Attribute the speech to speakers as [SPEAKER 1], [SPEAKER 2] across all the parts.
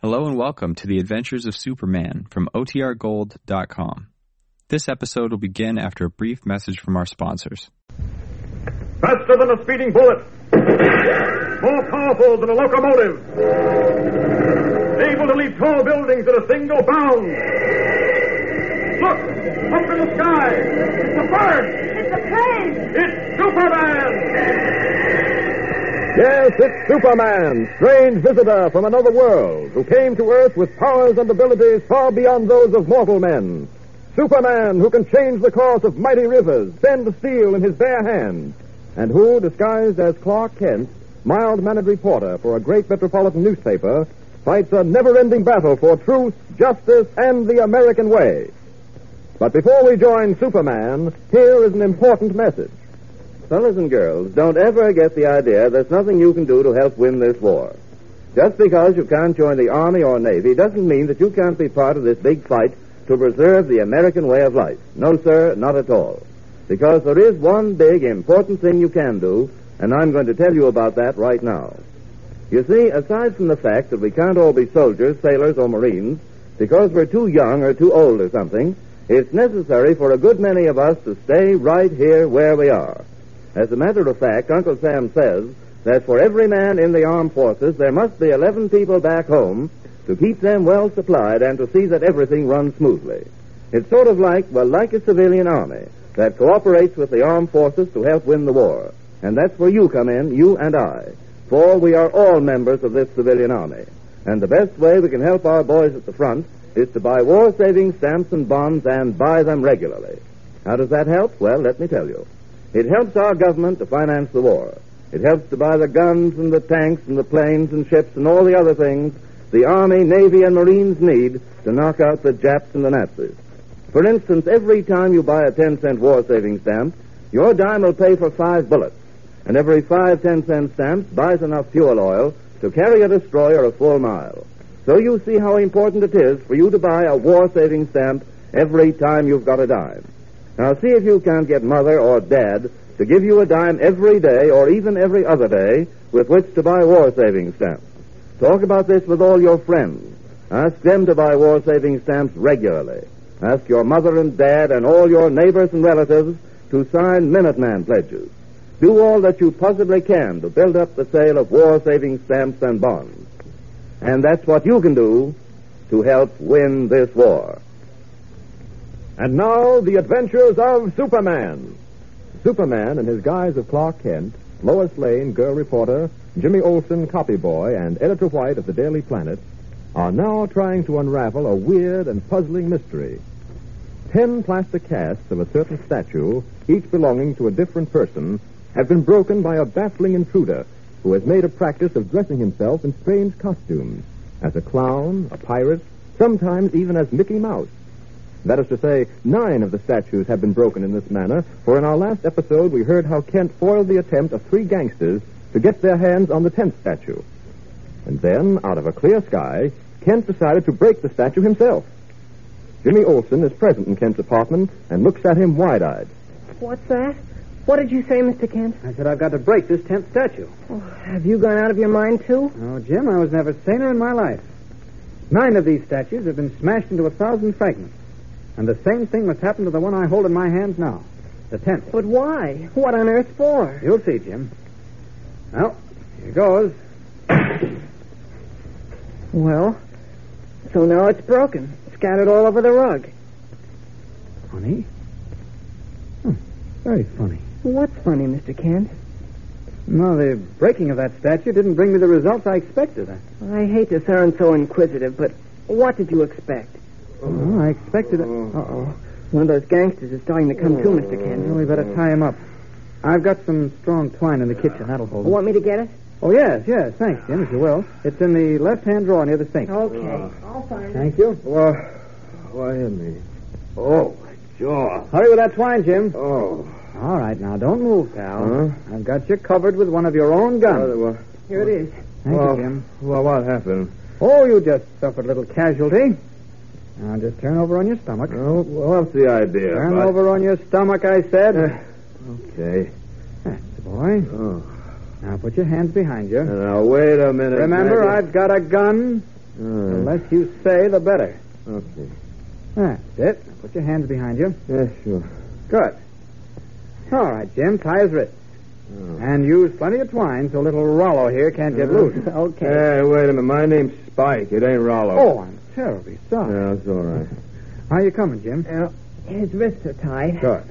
[SPEAKER 1] Hello and welcome to the Adventures of Superman from OTRGold.com. This episode will begin after a brief message from our sponsors.
[SPEAKER 2] Faster than a speeding bullet. More powerful than a locomotive. Able to leap tall buildings in a single bound. Look! Up in the sky! The bird!
[SPEAKER 3] It's a plane!
[SPEAKER 2] It's Superman!
[SPEAKER 4] Yes, it's Superman, strange visitor from another world, who came to Earth with powers and abilities far beyond those of mortal men. Superman, who can change the course of mighty rivers, bend steel in his bare hands, and who, disguised as Clark Kent, mild mannered reporter for a great metropolitan newspaper, fights a never ending battle for truth, justice, and the American way. But before we join Superman, here is an important message. Fellas and girls, don't ever get the idea there's nothing you can do to help win this war. Just because you can't join the Army or Navy doesn't mean that you can't be part of this big fight to preserve the American way of life. No, sir, not at all. Because there is one big, important thing you can do, and I'm going to tell you about that right now. You see, aside from the fact that we can't all be soldiers, sailors, or Marines, because we're too young or too old or something, it's necessary for a good many of us to stay right here where we are. As a matter of fact, Uncle Sam says that for every man in the armed forces, there must be 11 people back home to keep them well supplied and to see that everything runs smoothly. It's sort of like, well, like a civilian army that cooperates with the armed forces to help win the war. And that's where you come in, you and I. For we are all members of this civilian army. And the best way we can help our boys at the front is to buy war saving stamps and bonds and buy them regularly. How does that help? Well, let me tell you. It helps our government to finance the war. It helps to buy the guns and the tanks and the planes and ships and all the other things the Army, Navy, and Marines need to knock out the Japs and the Nazis. For instance, every time you buy a 10 cent war saving stamp, your dime will pay for five bullets. And every five 10 cent stamps buys enough fuel oil to carry a destroyer a full mile. So you see how important it is for you to buy a war saving stamp every time you've got a dime. Now see if you can't get mother or dad to give you a dime every day or even every other day with which to buy war saving stamps. Talk about this with all your friends. Ask them to buy war saving stamps regularly. Ask your mother and dad and all your neighbors and relatives to sign Minuteman pledges. Do all that you possibly can to build up the sale of war saving stamps and bonds. And that's what you can do to help win this war. And now, the adventures of Superman. Superman, in his guise of Clark Kent, Lois Lane, girl reporter, Jimmy Olsen, copy boy, and editor White of the Daily Planet, are now trying to unravel a weird and puzzling mystery. Ten plaster casts of a certain statue, each belonging to a different person, have been broken by a baffling intruder who has made a practice of dressing himself in strange costumes as a clown, a pirate, sometimes even as Mickey Mouse. That is to say, nine of the statues have been broken in this manner, for in our last episode we heard how Kent foiled the attempt of three gangsters to get their hands on the tenth statue. And then, out of a clear sky, Kent decided to break the statue himself. Jimmy Olsen is present in Kent's apartment and looks at him wide eyed.
[SPEAKER 5] What's that? What did you say, Mr. Kent?
[SPEAKER 6] I said, I've got to break this tenth statue.
[SPEAKER 5] Have you gone out of your mind, too?
[SPEAKER 6] Oh, Jim, I was never saner in my life. Nine of these statues have been smashed into a thousand fragments. And the same thing must happen to the one I hold in my hands now. The tenth.
[SPEAKER 5] But why? What on earth for?
[SPEAKER 6] You'll see, Jim. Well, here goes.
[SPEAKER 5] Well, so now it's broken, scattered all over the rug.
[SPEAKER 6] Funny. Hmm, very funny.
[SPEAKER 5] What's funny, Mr. Kent?
[SPEAKER 6] No, the breaking of that statue didn't bring me the results I expected. I,
[SPEAKER 5] I hate to sound so inquisitive, but what did you expect?
[SPEAKER 4] Oh.
[SPEAKER 6] well, I expected. Uh-oh.
[SPEAKER 5] One of those gangsters is starting to come to, Mr.
[SPEAKER 6] Well,
[SPEAKER 5] Kent. Oh,
[SPEAKER 6] we better tie him up. I've got some strong twine in the kitchen. That'll hold. him.
[SPEAKER 5] Want me to get it?
[SPEAKER 6] Oh, yes, yes. Thanks, Jim, if you will. It's in the left-hand drawer near the
[SPEAKER 4] Oh.
[SPEAKER 6] sink.
[SPEAKER 5] Okay. I'll find
[SPEAKER 6] Thank you.
[SPEAKER 4] Why, why, me? Oh, sure.
[SPEAKER 6] Hurry with that twine, Jim.
[SPEAKER 4] Oh.
[SPEAKER 6] All right, now, don't move, pal.
[SPEAKER 4] Huh?
[SPEAKER 6] I've got you covered with one of your own guns.
[SPEAKER 4] well,
[SPEAKER 5] Here it is.
[SPEAKER 6] Thank
[SPEAKER 4] well,
[SPEAKER 6] you, Jim.
[SPEAKER 4] Well, what happened?
[SPEAKER 6] Oh, you just suffered a little casualty. Now, just turn over on your stomach.
[SPEAKER 4] Oh, well, what's the idea?
[SPEAKER 6] turn
[SPEAKER 4] bud?
[SPEAKER 6] over on your stomach, I said.
[SPEAKER 4] Okay.
[SPEAKER 6] That's the boy.
[SPEAKER 4] Oh. Uh,
[SPEAKER 6] Now, put your hands behind you.
[SPEAKER 4] Now, wait a minute.
[SPEAKER 6] Remember,
[SPEAKER 4] Maggie.
[SPEAKER 6] I've got a gun.
[SPEAKER 4] Uh,
[SPEAKER 6] The less you say, the better.
[SPEAKER 4] Okay.
[SPEAKER 6] That's it. Now Put your hands behind you.
[SPEAKER 4] Yeah, sure.
[SPEAKER 6] Good. All right, Jim. Tie his wrists.
[SPEAKER 4] Oh.
[SPEAKER 6] And use plenty of twine so little Rollo here can't get loose. Uh,
[SPEAKER 5] Okay.
[SPEAKER 4] Hey, wait a minute. My name's Spike. It ain't Rollo.
[SPEAKER 6] Oh, I'm terribly sorry.
[SPEAKER 4] Yeah, that's all right.
[SPEAKER 6] How you coming, Jim?
[SPEAKER 5] Well, Uh, his wrists are tied.
[SPEAKER 6] Good.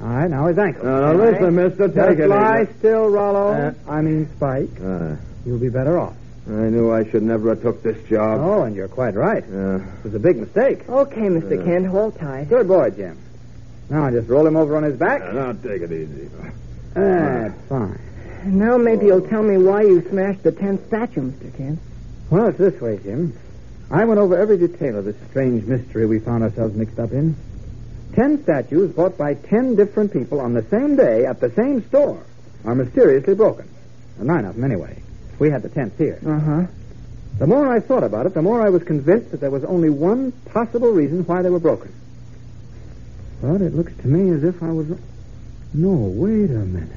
[SPEAKER 6] All right, now his ankle.
[SPEAKER 4] Now, now listen, mister. Take
[SPEAKER 6] Just
[SPEAKER 4] it
[SPEAKER 6] lie
[SPEAKER 4] easy.
[SPEAKER 6] still, Rollo.
[SPEAKER 4] Uh,
[SPEAKER 6] I mean, Spike.
[SPEAKER 4] Uh,
[SPEAKER 6] You'll be better off.
[SPEAKER 4] I knew I should never have took this job.
[SPEAKER 6] Oh, and you're quite right.
[SPEAKER 4] Uh,
[SPEAKER 6] It was a big mistake.
[SPEAKER 5] Okay, Mr. Kent, hold tight.
[SPEAKER 6] Good boy, Jim. Now just roll him over on his back.
[SPEAKER 4] yeah, now take it easy.
[SPEAKER 6] That's fine.
[SPEAKER 5] Now maybe you'll tell me why you smashed the tenth statue, Mr. Kent.
[SPEAKER 6] Well, it's this way, Jim. I went over every detail of this strange mystery we found ourselves mixed up in. Ten statues bought by ten different people on the same day at the same store are mysteriously broken. Well, Nine of them, anyway. We had the tenth here.
[SPEAKER 5] Uh huh.
[SPEAKER 6] The more I thought about it, the more I was convinced that there was only one possible reason why they were broken. But it looks to me as if I was. No, wait a minute.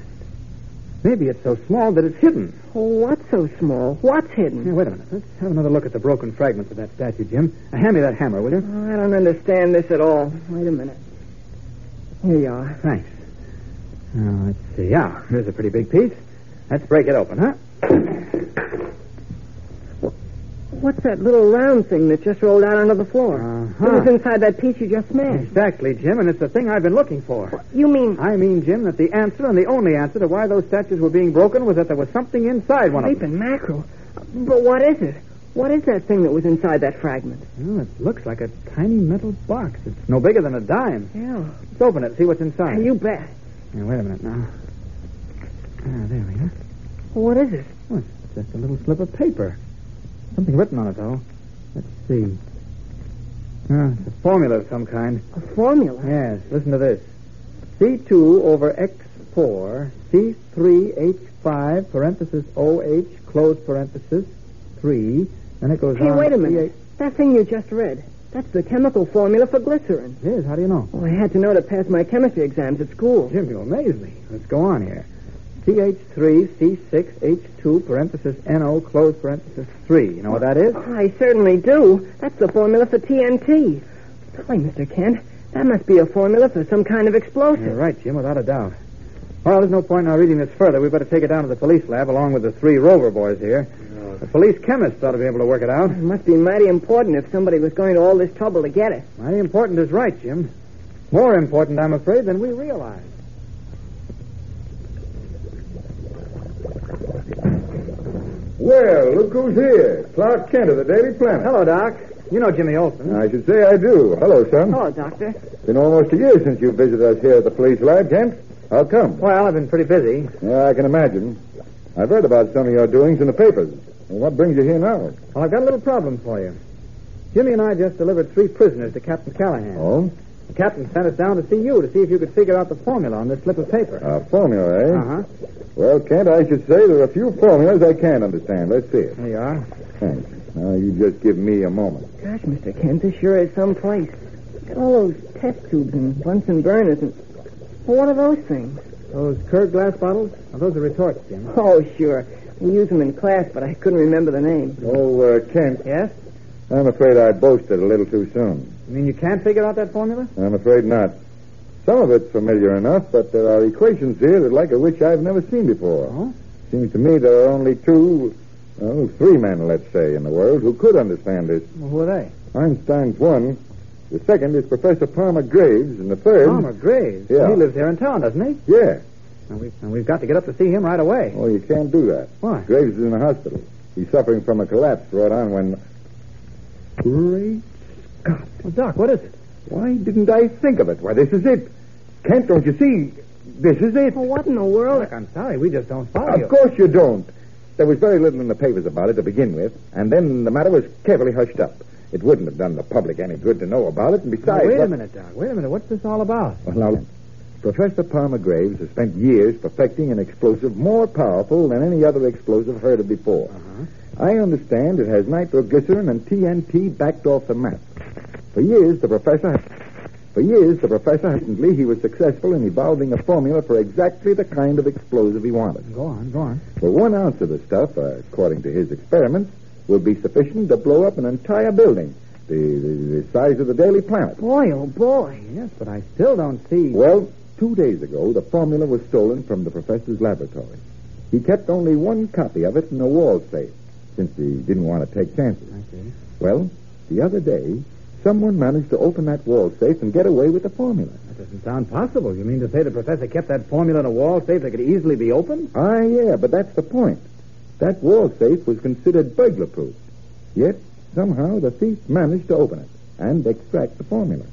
[SPEAKER 6] Maybe it's so small that it's hidden.
[SPEAKER 5] Oh, what's so small? What's
[SPEAKER 6] Now,
[SPEAKER 5] hidden?
[SPEAKER 6] wait a minute. Let's have another look at the broken fragments of that statue, Jim. Uh, hand me that hammer, will you?
[SPEAKER 5] Oh, I don't understand this at all. Wait a minute. Here you are.
[SPEAKER 6] Thanks. Now, Uh, let's see. Yeah, here's a pretty big piece. Let's break it open, huh?
[SPEAKER 5] What's that little round thing that just rolled out onto the floor?
[SPEAKER 6] Uh-huh.
[SPEAKER 5] It was inside that piece you just smashed.
[SPEAKER 6] Exactly, Jim, and it's the thing I've been looking for.
[SPEAKER 5] You mean
[SPEAKER 6] I mean, Jim, that the answer and the only answer to why those statues were being broken was that there was something inside one of them.
[SPEAKER 5] sleeping mackerel? But what is it? What is that thing that was inside that fragment?
[SPEAKER 6] Well, it looks like a tiny metal box. It's no bigger than a dime.
[SPEAKER 5] Yeah.
[SPEAKER 6] Let's open it, see what's inside.
[SPEAKER 5] You bet.
[SPEAKER 6] Now, wait a minute now. Ah, there we are.
[SPEAKER 5] What is it?
[SPEAKER 6] Well, it's just a little slip of paper. Something written on it, though. Let's see. Ah, it's a formula of some kind.
[SPEAKER 5] A formula.
[SPEAKER 6] Yes, listen to this. C2 over X4, C3H5, parenthesis OH, close parenthesis, 3. Then it goes
[SPEAKER 5] Hey,
[SPEAKER 6] on.
[SPEAKER 5] wait a
[SPEAKER 6] to
[SPEAKER 5] minute. That thing you just read. That's the chemical formula for glycerin.
[SPEAKER 6] CH. It is. How do you know?
[SPEAKER 5] Oh, I had to know to pass my chemistry exams at school.
[SPEAKER 6] Jim, you amaze me. Let's go on here. CH3C6H2 parenthesis NO close parenthesis 3. You know what that is?
[SPEAKER 5] Oh, I certainly do. That's the formula for TNT. Golly, Mr. Kent, that must be a formula for some kind of
[SPEAKER 6] You're
[SPEAKER 5] explosive.
[SPEAKER 6] right, Jim, without a doubt. Well, there's no point in our reading this further. We'd better take it down to the police lab along with the three Rover boys here. The police chemist ought to be able to work it out.
[SPEAKER 5] It must be mighty important if somebody was going to all this trouble to get it.
[SPEAKER 6] Mighty important is right, Jim. More important, I'm afraid, than we realize.
[SPEAKER 4] Well, look who's here. Clark Kent of the Daily Planet.
[SPEAKER 6] Hello, Doc. You know Jimmy Olsen.
[SPEAKER 4] I should say I do. Hello, son.
[SPEAKER 5] Hello, Doctor.
[SPEAKER 4] It's been almost a year since you visited us here at the police lab, Kent. How come?
[SPEAKER 6] Well, I've been pretty busy.
[SPEAKER 4] Yeah, I can imagine. I've heard about some of your doings in the papers. Well, What brings you here now?
[SPEAKER 6] Well, I've got a little problem for you. Jimmy and I just delivered three prisoners to Captain Callahan.
[SPEAKER 4] Oh,
[SPEAKER 6] The captain sent us down to see you to see if you could figure out the formula on this slip of paper.
[SPEAKER 4] a formula, eh?
[SPEAKER 6] Uh-huh.
[SPEAKER 4] Well, Kent, I should say there are a few formulas I can't understand. Let's see it.
[SPEAKER 6] There you are.
[SPEAKER 4] Thanks. Now, you just give me a moment.
[SPEAKER 5] Gosh, Mr. Kent, this sure is some place. Look at all those test tubes and Bunsen burners and... Well, what are those things?
[SPEAKER 6] Those curved glass bottles? Now, those are retorts, Jim.
[SPEAKER 5] Oh, sure. We use them in class, but I couldn't remember the name.
[SPEAKER 4] Oh, uh, Kent,
[SPEAKER 6] Yes?
[SPEAKER 4] I'm afraid I boasted a little too soon.
[SPEAKER 6] You mean you can't figure out that formula?
[SPEAKER 4] I'm afraid not. Some of it's familiar enough, but there are equations here that like a witch I've never seen before.
[SPEAKER 6] Oh?
[SPEAKER 4] Seems to me there are only two, well, three men, let's say, in the world who could understand this.
[SPEAKER 6] Well, who are they?
[SPEAKER 4] Einstein's one. The second is Professor Palmer Graves, and the third.
[SPEAKER 6] Palmer Graves.
[SPEAKER 4] Yeah.
[SPEAKER 6] He lives here in town, doesn't he?
[SPEAKER 4] Yeah.
[SPEAKER 6] Now, we, now we've got to get up to see him right away.
[SPEAKER 4] Oh, you can't do that.
[SPEAKER 6] Why?
[SPEAKER 4] Graves is in the hospital. He's suffering from a collapse brought on when. Great Scott!
[SPEAKER 6] Well, Doc, what is it?
[SPEAKER 4] Why didn't I think of it? Why, this is it. Kent, don't you see? This is it.
[SPEAKER 5] Well, what in the world?
[SPEAKER 6] Doc, I'm sorry. We just don't follow you.
[SPEAKER 4] Of course you don't. There was very little in the papers about it to begin with, and then the matter was carefully hushed up. It wouldn't have done the public any good to know about it, and
[SPEAKER 6] Now,
[SPEAKER 4] besides.
[SPEAKER 6] wait a
[SPEAKER 4] what-
[SPEAKER 6] minute, Doc. Wait a minute. What's this all about?
[SPEAKER 4] Well, now, Professor Palmer Graves has spent years perfecting an explosive more powerful than any other explosive heard of before.
[SPEAKER 6] Uh-huh.
[SPEAKER 4] I understand it has nitroglycerin and TNT backed off the map. For years, the professor. For years, the professor hasn't he was successful in evolving a formula for exactly the kind of explosive he wanted.
[SPEAKER 6] Go on, go on.
[SPEAKER 4] For one ounce of the stuff, uh, according to his experiments, will be sufficient to blow up an entire building, the, the, the size of the Daily Planet.
[SPEAKER 5] Boy, oh boy.
[SPEAKER 6] Yes, but I still don't see.
[SPEAKER 4] Well, two days ago, the formula was stolen from the professor's laboratory. He kept only one copy of it in a wall safe, since he didn't want to take chances.
[SPEAKER 6] I see.
[SPEAKER 4] Well, the other day, someone managed to open that wall safe and get away with the formula.
[SPEAKER 6] That doesn't sound possible. You mean to say the professor kept that formula in a wall safe that could easily be opened?
[SPEAKER 4] Ah, yeah, but that's the point. That wall safe was considered burglar proof. Yet, somehow, the thief managed to open it and extract the formula.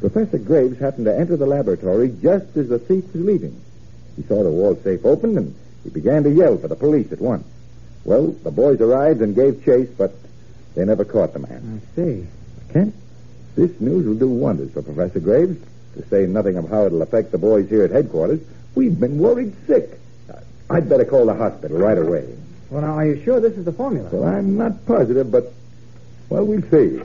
[SPEAKER 4] Professor Graves happened to enter the laboratory just as the thief was leaving. He saw the wall safe opened and he began to yell for the police at once. Well, the boys arrived and gave chase, but they never caught the man.
[SPEAKER 6] I see.
[SPEAKER 4] Kent, this news will do wonders for Professor Graves. To say nothing of how it'll affect the boys here at headquarters, we've been worried sick. I'd better call the hospital right away.
[SPEAKER 6] Well, now, are you sure this is the formula?
[SPEAKER 4] Well, I'm not positive, but, well, we'll see.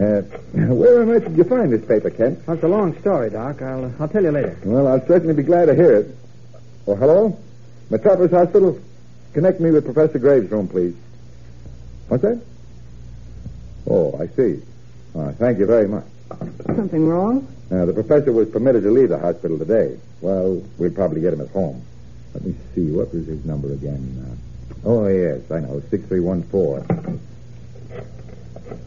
[SPEAKER 4] Uh, where on earth did you find this paper, Kent?
[SPEAKER 6] That's a long story, Doc. I'll, uh, I'll tell you later.
[SPEAKER 4] Well, I'll certainly be glad to hear it. Oh, hello? Metropolis Hospital? Connect me with Professor Graves' room, please. What's that? Oh, I see. Uh, thank you very much.
[SPEAKER 5] Something wrong?
[SPEAKER 4] Now, the professor was permitted to leave the hospital today. Well, we'll probably get him at home. Let me see. What was his number again? Uh, oh, yes, I know. 6314.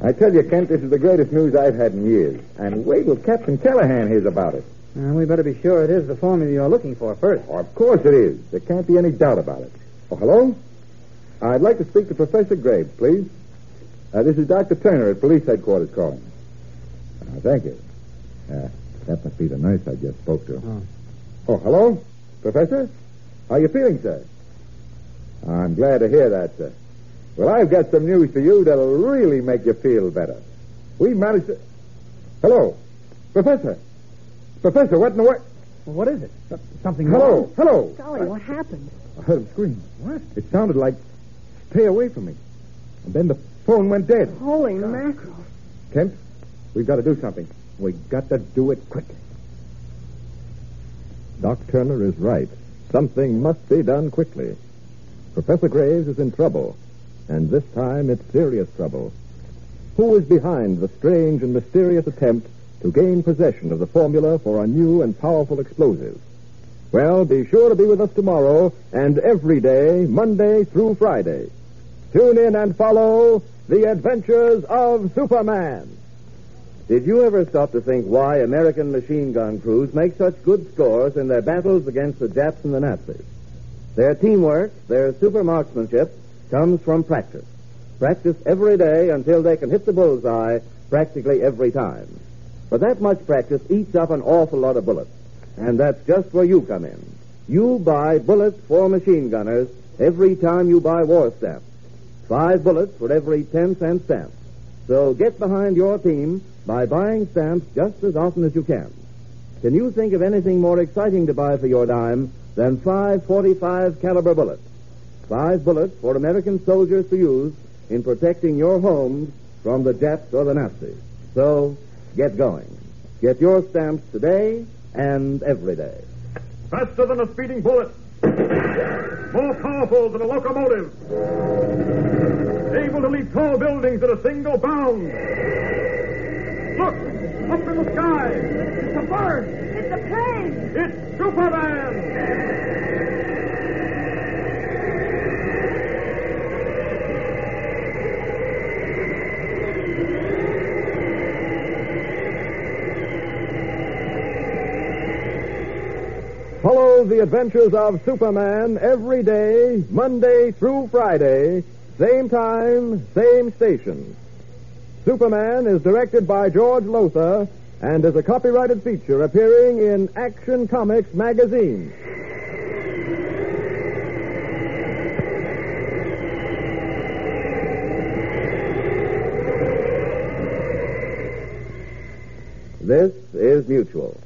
[SPEAKER 4] I tell you, Kent, this is the greatest news I've had in years. And wait till Captain Callahan hears about it.
[SPEAKER 6] Uh, we better be sure it is the formula you're looking for first.
[SPEAKER 4] Oh, of course it is. There can't be any doubt about it. Oh, hello? I'd like to speak to Professor Graves, please. Uh, this is Dr. Turner at police headquarters calling. Uh, thank you. Uh, that must be the nurse I just spoke to.
[SPEAKER 6] Oh.
[SPEAKER 4] Oh, hello? Professor? How are you feeling, sir? I'm glad to hear that, sir. Well, I've got some news for you that'll really make you feel better. We managed to. Hello? Professor? Professor, what in the world?
[SPEAKER 6] Well, what is it? S- something
[SPEAKER 4] Hello? Hello?
[SPEAKER 5] Golly, what happened?
[SPEAKER 4] I heard him scream.
[SPEAKER 6] What?
[SPEAKER 4] It sounded like, stay away from me. And then the phone went dead.
[SPEAKER 5] Holy mackerel.
[SPEAKER 4] Kent, we've got to do something. We've got to do it quick. Doc Turner is right. Something must be done quickly. Professor Graves is in trouble, and this time it's serious trouble. Who is behind the strange and mysterious attempt to gain possession of the formula for a new and powerful explosive? Well, be sure to be with us tomorrow and every day, Monday through Friday. Tune in and follow The Adventures of Superman.
[SPEAKER 3] Did you ever stop to think why American machine gun crews make such good scores in their battles against the Japs and the Nazis? Their teamwork, their super marksmanship, comes from practice. Practice every day until they can hit the bullseye practically every time. But that much practice eats up an awful lot of bullets. And that's just where you come in. You buy bullets for machine gunners every time you buy war stamps. Five bullets for every ten cent stamp. So get behind your team by buying stamps just as often as you can. Can you think of anything more exciting to buy for your dime than five 45 caliber bullets? Five bullets for American soldiers to use in protecting your homes from the Japs or the Nazis. So get going. Get your stamps today and every day.
[SPEAKER 2] Faster than a speeding bullet. More powerful than a locomotive. Able to leap tall buildings in a single bound. Look! Up in the sky! It's a bird!
[SPEAKER 7] It's a plane!
[SPEAKER 2] It's Superman!
[SPEAKER 4] Follow the adventures of Superman every day, Monday through Friday, same time, same station. Superman is directed by George Lothar and is a copyrighted feature appearing in Action Comics magazine.
[SPEAKER 3] This is Mutual.